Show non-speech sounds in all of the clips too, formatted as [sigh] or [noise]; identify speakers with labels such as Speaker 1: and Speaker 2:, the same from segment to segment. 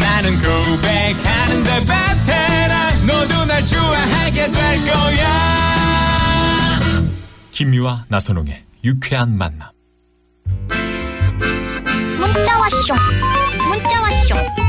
Speaker 1: 나는 고백하는데 베테랑 너도 날 좋아하게 될 거야
Speaker 2: 김미화 나선홍의 유쾌한 만남.
Speaker 3: 문자 왔쇼 문자 왔쇼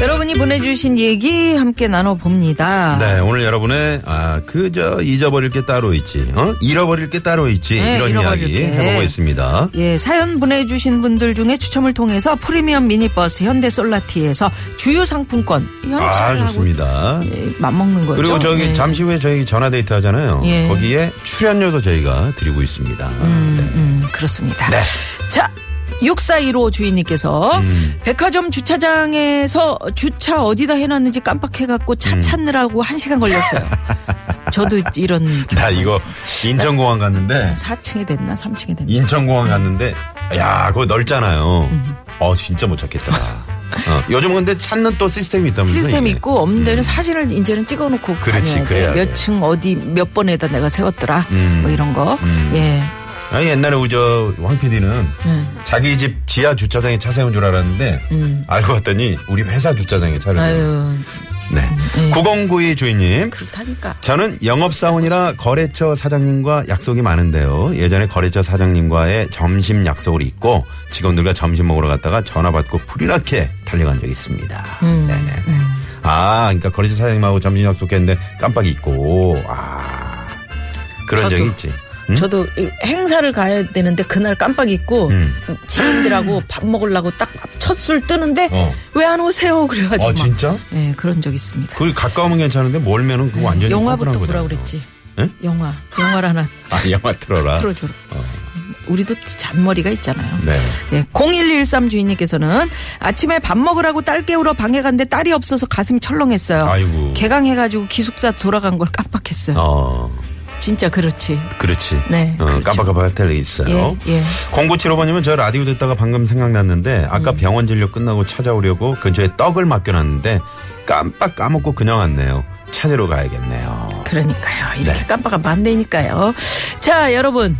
Speaker 4: 여러분이 보내주신 얘기 함께 나눠봅니다.
Speaker 5: 네, 오늘 여러분의 아 그저 잊어버릴 게 따로 있지, 어? 잃어버릴 게 따로 있지
Speaker 4: 네,
Speaker 5: 이런
Speaker 4: 잃어버릴
Speaker 5: 이야기
Speaker 4: 게.
Speaker 5: 해보고 있습니다.
Speaker 4: 예, 사연 보내주신 분들 중에 추첨을 통해서 프리미엄 미니버스 현대 솔라티에서 주유 상품권
Speaker 5: 아
Speaker 4: 현찰하고
Speaker 5: 좋습니다.
Speaker 4: 예, 맞먹는 거죠.
Speaker 5: 그리고 저기
Speaker 4: 네.
Speaker 5: 잠시 후에 저희 전화 데이트 하잖아요.
Speaker 4: 예.
Speaker 5: 거기에 출연료도 저희가 드리고 있습니다.
Speaker 4: 음, 그렇습니다.
Speaker 5: 네.
Speaker 4: 자. 6415 주인님께서
Speaker 5: 음.
Speaker 4: 백화점 주차장에서 주차 어디다 해놨는지 깜빡해갖고 차
Speaker 5: 음.
Speaker 4: 찾느라고 한시간 걸렸어요. 저도 이런
Speaker 5: 네. [laughs] 나 이거
Speaker 4: 네.
Speaker 5: 인천공항 갔는데
Speaker 4: 4층이 됐나 3층이 됐나
Speaker 5: 인천공항 갔는데 야 그거 넓잖아요.
Speaker 4: 음.
Speaker 5: 어 진짜 못 찾겠다. 어, 요즘 근데 찾는 또 시스템이 있다면서요?
Speaker 4: 시스템 이
Speaker 5: 이게.
Speaker 4: 있고 없는 데는 사진을 이제는 찍어놓고
Speaker 5: 음. 네. 그렇지,
Speaker 4: 다녀야 돼.
Speaker 5: 그래야 돼.
Speaker 4: 몇 층 어디 몇 번에다 내가 세웠더라
Speaker 5: 음.
Speaker 4: 뭐 이런 거 예.
Speaker 5: 아니 옛날에 우리 저황 PD는
Speaker 4: 네.
Speaker 5: 자기 집 지하 주차장에 차 세운 줄 알았는데 알고 봤더니 우리 회사 주차장에
Speaker 4: 음.
Speaker 5: 차를 세운
Speaker 4: 아유 음, 예.
Speaker 5: 네. 9092 주인님
Speaker 4: 그렇다니까
Speaker 5: 저는 영업사원이라 거래처 사장님과 약속이 많은데요. 예전에 거래처 사장님과의 점심 약속을 잊고 직원들과 점심 먹으러 갔다가 전화 받고 풀이렇게 달려간 적이 있습니다.
Speaker 4: 음,
Speaker 5: 네네. 아, 그러니까 거래처 사장님하고 점심 약속했는데 깜빡 잊고, 아. 그런
Speaker 4: 저도.
Speaker 5: 적이 있지. 응?
Speaker 4: 저도 이 행사를 가야 되는데 그날 깜빡 잊고
Speaker 5: 음. [gasps]
Speaker 4: 지인들하고 밥 먹으려고 딱 첫 술 뜨는데
Speaker 5: 어.
Speaker 4: 왜 안 오세요 그래가지고
Speaker 5: 어,
Speaker 4: 막.
Speaker 5: 진짜?
Speaker 4: 예 그런 적 있습니다
Speaker 5: 그 가까우면 괜찮은데 멀면은 그거 완전히
Speaker 4: 영화부터
Speaker 5: 뻔뻔한
Speaker 4: 보라
Speaker 5: 거잖아요.
Speaker 4: 그랬지
Speaker 5: 예?
Speaker 4: 영화 영화를 하나
Speaker 5: 아, 영화 틀어라.
Speaker 4: 틀어줘라 우리도 잔머리가 있잖아요
Speaker 5: 네.
Speaker 4: 네, 0113 주인님께서는 아침에 밥 먹으라고 딸 깨우러 방에 갔는데 딸이 없어서 가슴이 철렁했어요.
Speaker 5: 아이고.
Speaker 4: 개강해가지고 기숙사 돌아간 걸 깜빡했어요.
Speaker 5: 어,
Speaker 4: 진짜 그렇지.
Speaker 5: 그렇지.
Speaker 4: 네,
Speaker 5: 어,
Speaker 4: 그렇죠.
Speaker 5: 깜빡깜빡할 때가 있어요.
Speaker 4: 예, 예.
Speaker 5: 0975번님은 저 라디오 듣다가 방금 생각났는데
Speaker 4: 음.
Speaker 5: 아까 병원 진료 끝나고 찾아오려고 근처에 떡을 맡겨놨는데 깜빡 까먹고 그냥 왔네요. 찾으러 가야겠네요.
Speaker 4: 그러니까요. 이렇게
Speaker 5: 네.
Speaker 4: 깜빡하면 안 되니까요. 자, 여러분.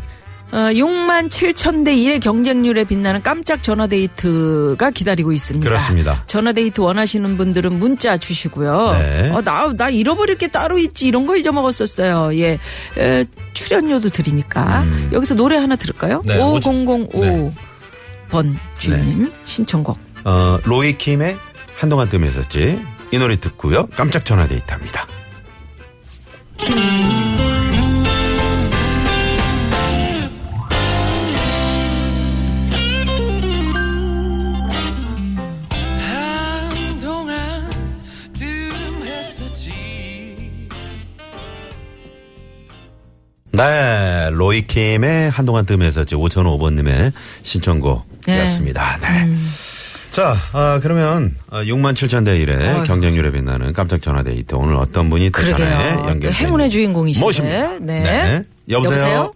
Speaker 4: 어, 6만 7천 대 1의 경쟁률에 빛나는 깜짝 전화데이트가 기다리고 있습니다.
Speaker 5: 그렇습니다.
Speaker 4: 전화데이트 원하시는 분들은 문자 주시고요.
Speaker 5: 네.
Speaker 4: 어, 나, 나 잃어버릴 게 따로 있지. 이런 거 잊어먹었었어요. 예. 에, 출연료도 드리니까. 여기서 노래 하나 들을까요?
Speaker 5: 음. 네, 오지-
Speaker 4: 5005.
Speaker 5: 네.
Speaker 4: 번 주인님 신청곡
Speaker 5: 어, 로이킴의 한동안 뜸했었지. 이 노래 듣고요. 깜짝 전화 데이트합니다.
Speaker 1: 한동안 뜸했었지
Speaker 5: 네, 로이킴의 한동안 뜸했었지 5005번님의 신청곡이었습니다. 네. 자, 아, 그러면 6만 7천 대 1의
Speaker 4: 어휴.
Speaker 5: 경쟁률에 빛나는 깜짝 전화 데이트 오늘 어떤 분이 또 전화에
Speaker 4: 그러게요
Speaker 5: 연결
Speaker 4: 행운의 주인공이신데
Speaker 5: 모십니다.
Speaker 4: 네.
Speaker 5: 네. 여보세요?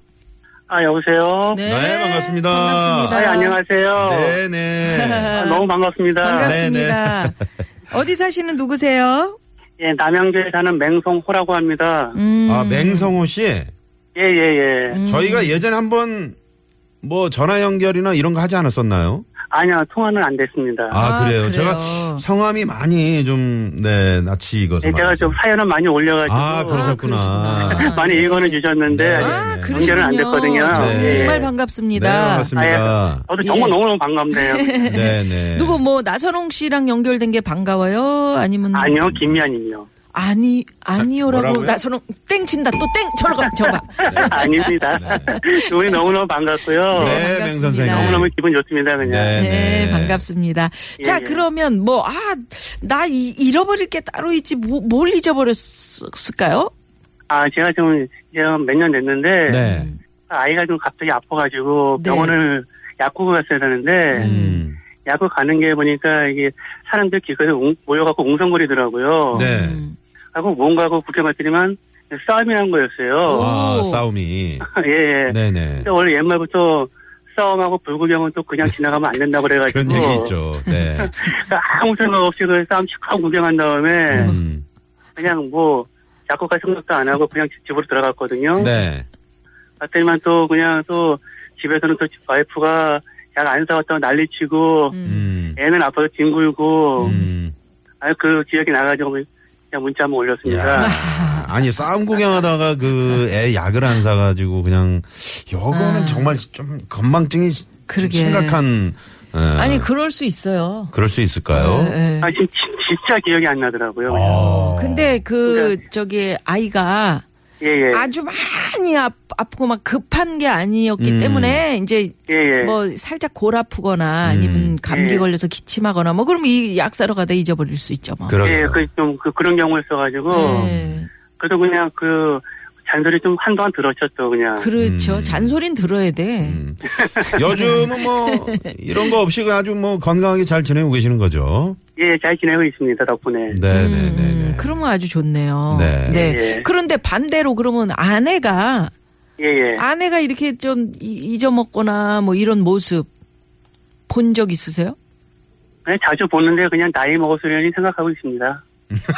Speaker 6: 아 여보세요.
Speaker 4: 네,
Speaker 5: 네, 반갑습니다.
Speaker 4: 반갑습니다.
Speaker 6: 아, 안녕하세요.
Speaker 5: 네, 네.
Speaker 6: 아, 너무 반갑습니다.
Speaker 4: 반갑습니다. 어디 사시는 누구세요?
Speaker 6: 예, 남양주에 사는 맹성호라고 합니다.
Speaker 4: 음.
Speaker 5: 아, 맹성호 씨.
Speaker 6: 예, 예, 예.
Speaker 4: 음.
Speaker 5: 저희가 예전에 한번 뭐 전화 연결이나 이런 거 하지 않았었나요?
Speaker 6: 아니요, 통화는 안 됐습니다.
Speaker 5: 아,
Speaker 4: 아,
Speaker 5: 그래요.
Speaker 4: 그래요.
Speaker 5: 제가 성함이 많이 좀, 네, 낯이 익어서.
Speaker 6: 예, 제가
Speaker 5: 말이죠.
Speaker 6: 좀 사연을 많이 올려가지고
Speaker 5: 아,
Speaker 4: 아,
Speaker 5: 그러셨구나.
Speaker 4: 그러시구나.
Speaker 6: [laughs] 많이 읽어는 주셨는데
Speaker 5: 네.
Speaker 4: 아,
Speaker 5: 네.
Speaker 4: 그러시군요.
Speaker 6: 연결은 안 됐거든요.
Speaker 5: 네.
Speaker 6: 예. 아,
Speaker 4: 정말
Speaker 5: 네,
Speaker 4: 반갑습니다. [laughs]
Speaker 5: 반갑습니다.
Speaker 6: 저도 정말
Speaker 4: 예.
Speaker 6: 너무너무
Speaker 4: [laughs]
Speaker 6: 반갑네요.
Speaker 5: 네, 네.
Speaker 4: 누구 뭐 나선홍 씨랑 연결된 게 반가워요? 아니면
Speaker 6: 아니요, 김미안님요.
Speaker 4: 아니 아니요라고
Speaker 5: 뭐라고요?
Speaker 4: 나선홍 땡 친다 또 땡 저러
Speaker 6: [laughs]
Speaker 4: 가 저봐.
Speaker 6: 아닙니다. [laughs] 두 분이 너무너무 반갑고요.
Speaker 5: 네,
Speaker 4: 뭐? 반갑습니다.
Speaker 5: 맹 선생님.
Speaker 6: 너무너무 기분 좋습니다, 그냥.
Speaker 5: 네,
Speaker 4: 네, 반갑습니다. 자
Speaker 6: 예.
Speaker 4: 그러면 뭐 아 나 잃어버릴 게 따로 있지 뭐, 뭘 잊어버렸을까요?
Speaker 6: 아, 제가 지금 몇 년 됐는데
Speaker 5: 네.
Speaker 6: 아이가 좀 갑자기 아파가지고
Speaker 4: 네.
Speaker 6: 병원을 약국을 갔어야 되는데
Speaker 5: 음.
Speaker 6: 야구 가는 게 보니까 이게 사람들 길거리에 웅- 모여갖고 웅성거리더라고요.
Speaker 5: 네.
Speaker 4: 음.
Speaker 6: 하고 뭔가 하고 구경했더니만 싸움이 난 거였어요.
Speaker 5: 아,
Speaker 4: 오.
Speaker 5: 싸움이.
Speaker 6: 예, 예.
Speaker 5: 네네.
Speaker 6: 근데 원래 옛날부터 싸움하고 불구경은 또 그냥 지나가면 안 된다고 그래가지고. 그러니까
Speaker 5: 그런
Speaker 4: 어.
Speaker 5: 얘기 있죠. 네.
Speaker 6: 아무 생각 없이 그 싸움 쭉 하고 구경한
Speaker 4: 네.
Speaker 6: 다음에
Speaker 5: 음.
Speaker 6: 그냥 뭐 자꾸 갈 생각도 안 하고 그냥 집- 집으로 들어갔거든요.
Speaker 4: 음.
Speaker 5: 네.
Speaker 6: 갔더니만 또 그냥 또 집에서는 또 와이프가 약 안 사왔다고 난리치고
Speaker 5: 음.
Speaker 6: 애는 아파서 뒹굴고
Speaker 5: 음.
Speaker 6: 아유 그 기억이 나가지고 그냥 문자 한번 올렸습니다.
Speaker 4: [laughs]
Speaker 5: 야, 아니 싸움 구경하다가 그 애 약을 안 사가지고 그냥 요거는 정말 좀 건망증이
Speaker 4: 아. 그러게.
Speaker 5: 심각한. 어,
Speaker 4: 아니 그럴 수 있어요.
Speaker 5: 그럴 수 있을까요?
Speaker 4: 예, 예.
Speaker 6: 아 진, 진- 진짜 기억이 안 나더라고요.
Speaker 5: 어.
Speaker 4: 근데 그 저기 아이가
Speaker 6: 그러니까 예예
Speaker 4: 아주 많이 아, 프고막 급한 게 아니었기
Speaker 5: 음.
Speaker 4: 때문에 이제
Speaker 6: 예예
Speaker 4: 뭐 살짝 골 아프거나 아니면 감기
Speaker 6: 예.
Speaker 4: 걸려서 기침하거나 뭐 그럼 이 약 사러 가다 잊어버릴 수 있죠 뭐.
Speaker 5: 그러게요.
Speaker 6: 예그좀 그, 그런 경우있어가지고
Speaker 4: 예.
Speaker 6: 그래도 그냥 그 잔소리 좀 한동안 들었었죠 그냥.
Speaker 4: 그렇죠.
Speaker 5: 음.
Speaker 4: 잔소린 들어야 돼.
Speaker 5: 음. 요즘은 뭐 이런 거 없이 아주 뭐 건강하게 잘 지내고 계시는 거죠.
Speaker 6: 예 잘 지내고 있습니다 덕분에.
Speaker 5: 네.
Speaker 4: 음,
Speaker 5: 네네네.
Speaker 4: 그러면 아주 좋네요.
Speaker 5: 네.
Speaker 6: 예.
Speaker 4: 그런데 반대로 그러면 아내가
Speaker 6: 예예
Speaker 4: 아내가 이렇게 좀 이- 잊어먹거나 뭐 이런 모습 본 적 있으세요?
Speaker 6: 그냥 자주 보는데 그냥 나이 먹었으려니 생각하고 있습니다.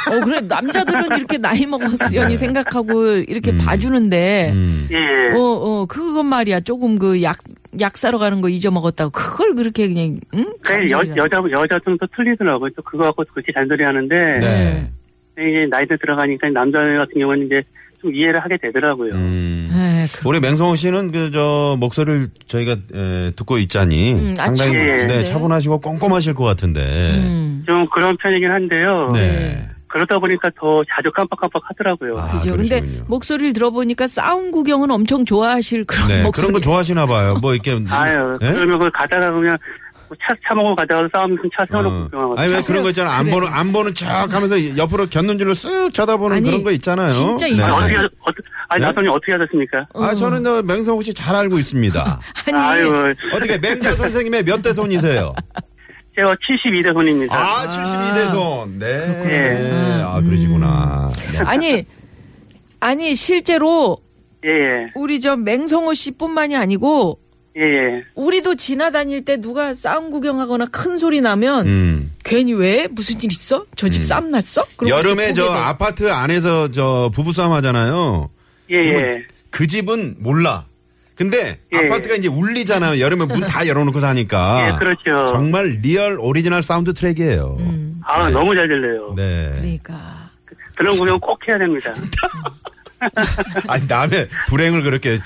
Speaker 4: 어 그래 남자들은 이렇게 나이 먹었으니 생각하고 이렇게
Speaker 5: 네. 음.
Speaker 4: 봐주는데
Speaker 5: 음.
Speaker 6: 예예
Speaker 4: 어, 어, 그건 말이야. 조금 그 약, 약 사러 가는 거 잊어먹었다고. 그걸 그렇게 그냥, 응?
Speaker 6: 그 여, 여자 여자들은 또 틀리더라고요. 또 그거 갖고 그렇게 잔소리 하는데
Speaker 5: 네.
Speaker 6: 이제 나이대 들어가니까 남자 같은 경우는 이제 좀 이해를 하게 되더라고요.
Speaker 5: 음.
Speaker 4: 에이, 그-
Speaker 5: 우리 맹성호 씨는 그 저 목소리를 저희가 에, 듣고 있자니
Speaker 4: 음, 아,
Speaker 5: 상당히
Speaker 6: 차분하신데.
Speaker 5: 네, 차분하시고 꼼꼼하실 것 같은데.
Speaker 4: 음.
Speaker 6: 좀 그런 편이긴 한데요.
Speaker 5: 네.
Speaker 6: 그러다 보니까 더 자주 깜빡깜빡 하더라고요.
Speaker 5: 아,
Speaker 4: 그죠. 근데
Speaker 5: 그러시군요.
Speaker 4: 목소리를 들어보니까 싸움 구경은 엄청 좋아하실 그런
Speaker 5: 네,
Speaker 4: 목소리.
Speaker 5: 그런 거 좋아하시나 봐요. 뭐
Speaker 4: [laughs]
Speaker 5: 이렇게
Speaker 6: 아유,
Speaker 5: 예?
Speaker 6: 그러면 그 가다가 그냥 뭐차 차먹고 가다가 싸움 좀차 세워놓고
Speaker 5: 어.
Speaker 6: 구경하고.
Speaker 5: 아니 왜
Speaker 4: 자세히-
Speaker 5: 그런 거 있잖아 안
Speaker 4: 그래.
Speaker 5: 보는 안 보는 척하면서 옆으로 곁눈질로 쓱 쳐다보는
Speaker 4: 아니,
Speaker 5: 그런 거 있잖아요.
Speaker 4: 진짜
Speaker 5: 네.
Speaker 6: 아,
Speaker 4: 이상해.
Speaker 6: 어떻게, 하- 어떻게, 아니,
Speaker 5: 네?
Speaker 6: 나선님 어떻게 하셨습니까?
Speaker 5: 아 저는 저 맹성호 씨 잘
Speaker 4: [laughs]
Speaker 5: 알고 있습니다.
Speaker 4: 아니,
Speaker 6: 아유,
Speaker 5: 어떻게 맹자 선생님의 몇 대 손이세요?
Speaker 6: 제가 72대 손입니다.
Speaker 5: 아 72대 손. 네.
Speaker 6: 예.
Speaker 5: 네.
Speaker 4: 음.
Speaker 5: 아 그러시구나. 네.
Speaker 4: 아니, 아니, 실제로
Speaker 6: 예, 예,
Speaker 4: 우리 저 맹성호 씨 뿐만이 아니고
Speaker 6: 예, 예.
Speaker 4: 우리도 지나다닐 때 누가 싸움 구경하거나 큰 소리 나면
Speaker 5: 음.
Speaker 4: 괜히 왜? 무슨 일 있어? 저 집 싸움 났어? 그러고
Speaker 5: 여름에
Speaker 4: 이렇게
Speaker 5: 저
Speaker 4: 보게 돼.
Speaker 5: 아파트 안에서 저 부부싸움 하잖아요.
Speaker 6: 예, 예.
Speaker 5: 그 집은 몰라. 근데
Speaker 6: 예.
Speaker 5: 아파트가 이제 울리잖아요. 여름에 문 다 열어놓고 사니까.
Speaker 6: 예, 그렇죠.
Speaker 5: 정말 리얼 오리지널 사운드 트랙이에요.
Speaker 6: 아,
Speaker 5: 네.
Speaker 6: 너무 잘 들려요.
Speaker 5: 네.
Speaker 4: 음, 그러니까.
Speaker 6: 그런 구경 꼭 해야 됩니다.
Speaker 5: 아니 남의 불행을 그렇게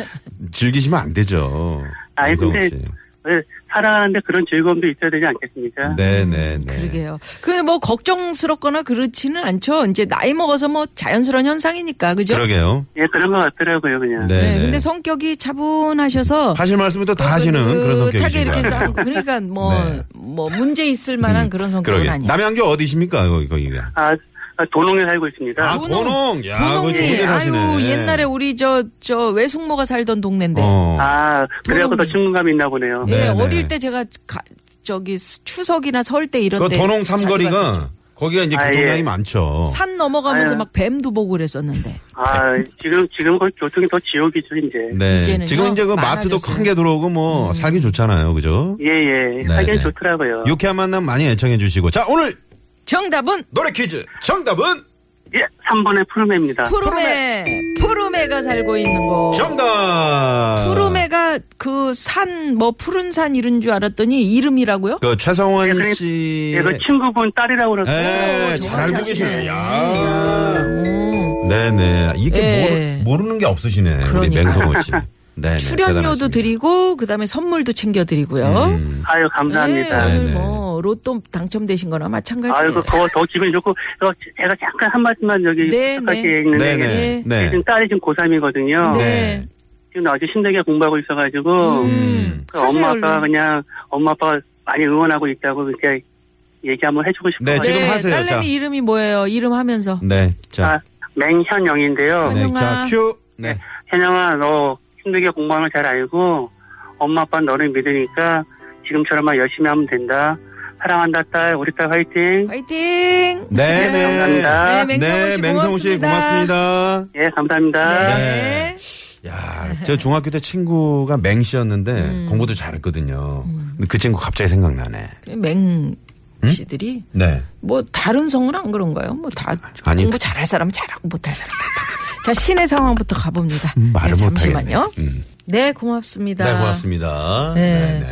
Speaker 5: 즐기시면 안 되죠.
Speaker 6: 아니,
Speaker 5: 윤성호
Speaker 6: 근데-
Speaker 5: 씨.
Speaker 6: 왜 살아가는데 그런 즐거움도 있어야 되지 않겠습니까?
Speaker 5: 네, 네, 네.
Speaker 4: 음, 그러게요. 근데 뭐 걱정스럽거나 그렇지는 않죠. 이제 나이 먹어서 뭐 자연스러운 현상이니까 그죠?
Speaker 5: 그러게요.
Speaker 6: 예, 그런 것 같더라고요, 그냥.
Speaker 5: 그렇죠. 네,
Speaker 4: 네,
Speaker 5: 네.
Speaker 4: 근데 성격이 차분하셔서
Speaker 5: 하실 말씀은 또 다 하시는 그런
Speaker 4: 타게
Speaker 5: 성격이신
Speaker 4: 이렇게
Speaker 5: 거예요.
Speaker 4: 싸우고 그러니까 뭐 뭐
Speaker 5: 네.
Speaker 4: 문제 있을 만한
Speaker 5: 음,
Speaker 4: 그런 성격은
Speaker 5: [laughs] 그러게.
Speaker 4: 아니에요.
Speaker 5: 남양주 어디십니까? 거기 거기가.
Speaker 6: 아, 아, 도농에 살고 있습니다.
Speaker 5: 아,
Speaker 4: 도농.
Speaker 5: 도농. 야, 그거 좋게
Speaker 4: 도농이
Speaker 5: 사시네. 예.
Speaker 4: 아유 옛날에 우리 저 저 외숙모가 살던 동네인데
Speaker 5: 어.
Speaker 6: 아, 그래갖고 더
Speaker 4: 도농이.
Speaker 6: 친근감이 있나 보네요.
Speaker 4: 예,
Speaker 5: 네, 네.
Speaker 4: 어릴 때 제가 가- 저기 수- 추석이나 설 때 이런
Speaker 5: 그
Speaker 4: 때
Speaker 5: 도농
Speaker 4: 자주 갔었죠.
Speaker 5: 삼거리가 거기가 이제
Speaker 6: 아,
Speaker 5: 교통량이
Speaker 6: 예.
Speaker 5: 많죠.
Speaker 4: 산 넘어가면서
Speaker 6: 아유.
Speaker 4: 막 뱀도 보고 그랬었는데
Speaker 6: 아, 지금, 지금 그 교통이 더 지옥이죠, 이제.
Speaker 5: 네.
Speaker 4: 이제는요,
Speaker 5: 지금 이제 그 마트도
Speaker 4: 많아졌어요. 음.
Speaker 5: 큰 게 들어오고 뭐 살기 좋잖아요. 그죠?
Speaker 6: 예, 예.
Speaker 5: 네,
Speaker 6: 하긴
Speaker 5: 네.
Speaker 6: 좋더라고요.
Speaker 5: 유쾌한 만남 많이 애청해 주시고. 자, 오늘
Speaker 4: 정답은
Speaker 5: 노래 퀴즈 정답은
Speaker 6: 예, 3번의
Speaker 5: 아,
Speaker 6: 푸르메입니다.
Speaker 4: 푸르메 푸르메가 살고 있는 곳
Speaker 5: 정답.
Speaker 4: 푸르메가 그 산 뭐 푸른 산 이런 줄 알았더니 이름이라고요?
Speaker 5: 그
Speaker 6: 예,
Speaker 5: 최성원
Speaker 6: 그래-
Speaker 5: 씨.
Speaker 6: 예, 그 친구분 딸이라고 어, 그러고.
Speaker 5: 예, 잘 알고
Speaker 4: 정확히
Speaker 5: 계시네.
Speaker 4: 아시네.
Speaker 5: 야.
Speaker 4: 오.
Speaker 5: 네네. 이게
Speaker 4: 예.
Speaker 5: 모르, 모르는 게 없으시네. 우리
Speaker 4: 그러니까.
Speaker 5: 맹성호 씨.
Speaker 4: [laughs]
Speaker 5: 네네.
Speaker 4: 출연료도
Speaker 5: 대단하십니다.
Speaker 4: 드리고 그다음에 선물도 챙겨 드리고요.
Speaker 5: 음.
Speaker 6: 아유, 감사합니다.
Speaker 4: 네,
Speaker 5: 네,
Speaker 4: 오늘
Speaker 5: 네.
Speaker 4: 뭐 로또 당첨되신 거나 마찬가지예요.
Speaker 6: 아유, 그, 그거 더 기분이 좋고, 저 제가 잠깐 한 말씀만 여기
Speaker 4: 네,
Speaker 6: 부탁할
Speaker 4: 네.
Speaker 6: 게 있는데,
Speaker 5: 네네.
Speaker 4: 예.
Speaker 5: 네.
Speaker 6: 지금 딸이 지금 고3이거든요.
Speaker 4: 네.
Speaker 6: 지금 아주 힘들게 공부하고 있어가지고,
Speaker 4: 음.
Speaker 6: 그
Speaker 4: 하세요,
Speaker 6: 엄마 아빠가
Speaker 4: 얼른.
Speaker 6: 그냥, 엄마 아빠가 많이 응원하고 있다고 그렇게 얘기 한번 해주고 싶어요.
Speaker 5: 네, 지금
Speaker 4: 네,
Speaker 5: 하세요.
Speaker 4: 딸내미
Speaker 5: 자.
Speaker 4: 이름이 뭐예요? 이름 하면서.
Speaker 5: 네. 자.
Speaker 6: 아, 맹현영인데요.
Speaker 4: 네.
Speaker 5: 네. 자,
Speaker 4: 현영아.
Speaker 5: 큐. 네.
Speaker 6: 현영아, 너 힘들게 공부하는 걸 잘 알고, 엄마 아빠는 너를 믿으니까 지금처럼만 열심히 하면 된다. 사랑한다 딸 우리 딸 화이팅.
Speaker 4: 화이팅!
Speaker 5: 네, 네.
Speaker 6: 감사합니다.
Speaker 4: 네, 맹성호
Speaker 5: 네,
Speaker 4: 씨
Speaker 5: 맹성호 씨 고맙습니다.
Speaker 6: 예 감사합니다.
Speaker 4: 네. 음.
Speaker 5: 야, 저 중학교 때 친구가 맹씨였는데 공부도 잘했거든요. 근데 그 친구 갑자기 생각나네.
Speaker 4: 맹 씨들이
Speaker 5: 네.
Speaker 4: 뭐 다른 성은 안 그런가요? 뭐 다
Speaker 5: 아니.
Speaker 4: 공부 잘할 사람은 잘하고 못할 사람은 못하고. 자 신의 상황부터 가봅니다.
Speaker 5: 음, 말을
Speaker 4: 네,
Speaker 5: 못하겠네.
Speaker 4: 잠시만요.
Speaker 5: 음.
Speaker 4: 네 고맙습니다.
Speaker 5: 네, 고맙습니다.
Speaker 4: 네.
Speaker 5: 네, 네.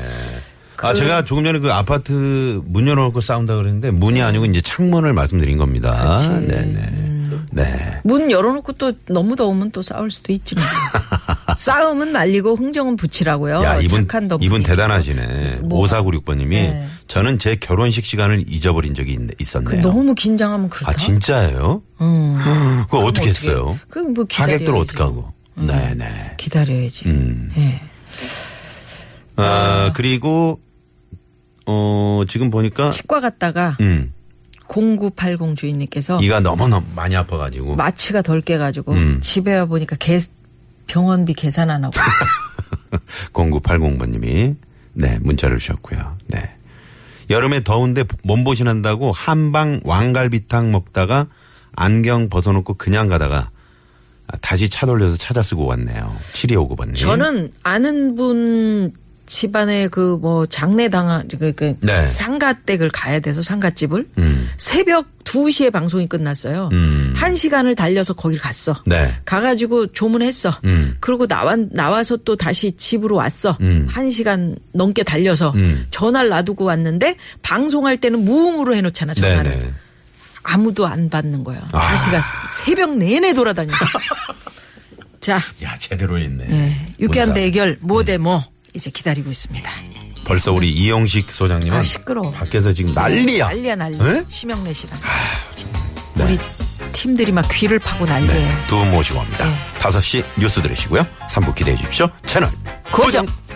Speaker 5: 아, 제가 조금 전에 그 아파트 문 열어놓고 싸운다 그랬는데
Speaker 4: 네.
Speaker 5: 문이 아니고 이제 창문을 말씀드린 겁니다. 네, 네. 네.
Speaker 4: 문 열어놓고 또 너무 더우면 또 싸울 수도 있지.
Speaker 5: [laughs]
Speaker 4: 뭐. 싸움은 말리고 흥정은 붙이라고요.
Speaker 5: 야,
Speaker 4: 어,
Speaker 5: 이분,
Speaker 4: 착한 덤
Speaker 5: 이분 대단하시네.
Speaker 4: 뭐가?
Speaker 5: 5496번님이
Speaker 4: 네.
Speaker 5: 저는 제 결혼식 시간을 잊어버린 적이 있, 었네요
Speaker 4: 그 너무 긴장하면 그렇다.
Speaker 5: 아, 진짜예요?
Speaker 4: 음.
Speaker 5: [gasps] 그거 어떻게 했어요?
Speaker 4: 그뭐
Speaker 5: 하객들 어떡하고.
Speaker 4: 음.
Speaker 5: 네네.
Speaker 4: 기다려야지.
Speaker 5: 음.
Speaker 4: 예.
Speaker 5: 아, 그리고, 어, 지금 보니까,
Speaker 4: 치과 갔다가
Speaker 5: 음,
Speaker 4: 0980 주인님께서
Speaker 5: 이가 너무너무 많이 아파가지고.
Speaker 4: 어.
Speaker 5: [laughs]
Speaker 4: 마취가 덜 깨가지고
Speaker 5: 뭐. 음.
Speaker 4: 집에 와 보니까 개- 병원비 계산 안 하고
Speaker 5: [laughs] 0980번님이, 네, 문자를 주셨고요. 네. 여름에 더운데 몸보신한다고 한방 왕갈비탕 먹다가 안경 벗어놓고 그냥 가다가 아, 다시 차 돌려서 찾아 쓰고 왔네요. 7259번님.
Speaker 4: 저는 아는 분 집안에 그 뭐 장례 당한 그, 그
Speaker 5: 네.
Speaker 4: 상가댁을 가야 돼서 상가집을
Speaker 5: 음.
Speaker 4: 새벽 2시에 방송이 끝났어요.
Speaker 5: 음.
Speaker 4: 한시간을 달려서 거길 갔어.
Speaker 5: 네.
Speaker 4: 가가지고 조문했어.
Speaker 5: 음.
Speaker 4: 그리고 나와, 나와서 또 다시 집으로 왔어.
Speaker 5: 음.
Speaker 4: 한시간 넘게 달려서
Speaker 5: 음.
Speaker 4: 전화를 놔두고 왔는데 방송할 때는 무음으로 해놓잖아, 전화를.
Speaker 5: 네네.
Speaker 4: 아무도 안 받는 거야.
Speaker 5: 아.
Speaker 4: 다시가 새벽 내내 돌아다니고.
Speaker 5: [laughs]
Speaker 4: 자,
Speaker 5: 야, 제대로 있네.
Speaker 4: 네. 유쾌한
Speaker 5: 문자.
Speaker 4: 대결 뭐 대 뭐 이제 기다리고 있습니다.
Speaker 5: 벌써 우리 이영식 소장님은
Speaker 4: 아, 시끄러워.
Speaker 5: 밖에서 지금 난리야.
Speaker 4: 난리야 난리.
Speaker 5: 네?
Speaker 4: 심영래 씨랑
Speaker 5: 네.
Speaker 4: 우리 팀들이 막 귀를 파고 난리예요.
Speaker 5: 두 분 모시고 옵니다.
Speaker 4: 네.
Speaker 5: 5시 뉴스 들으시고요. 3부 기대해 주십시오. 채널
Speaker 4: 고정.
Speaker 5: 고정.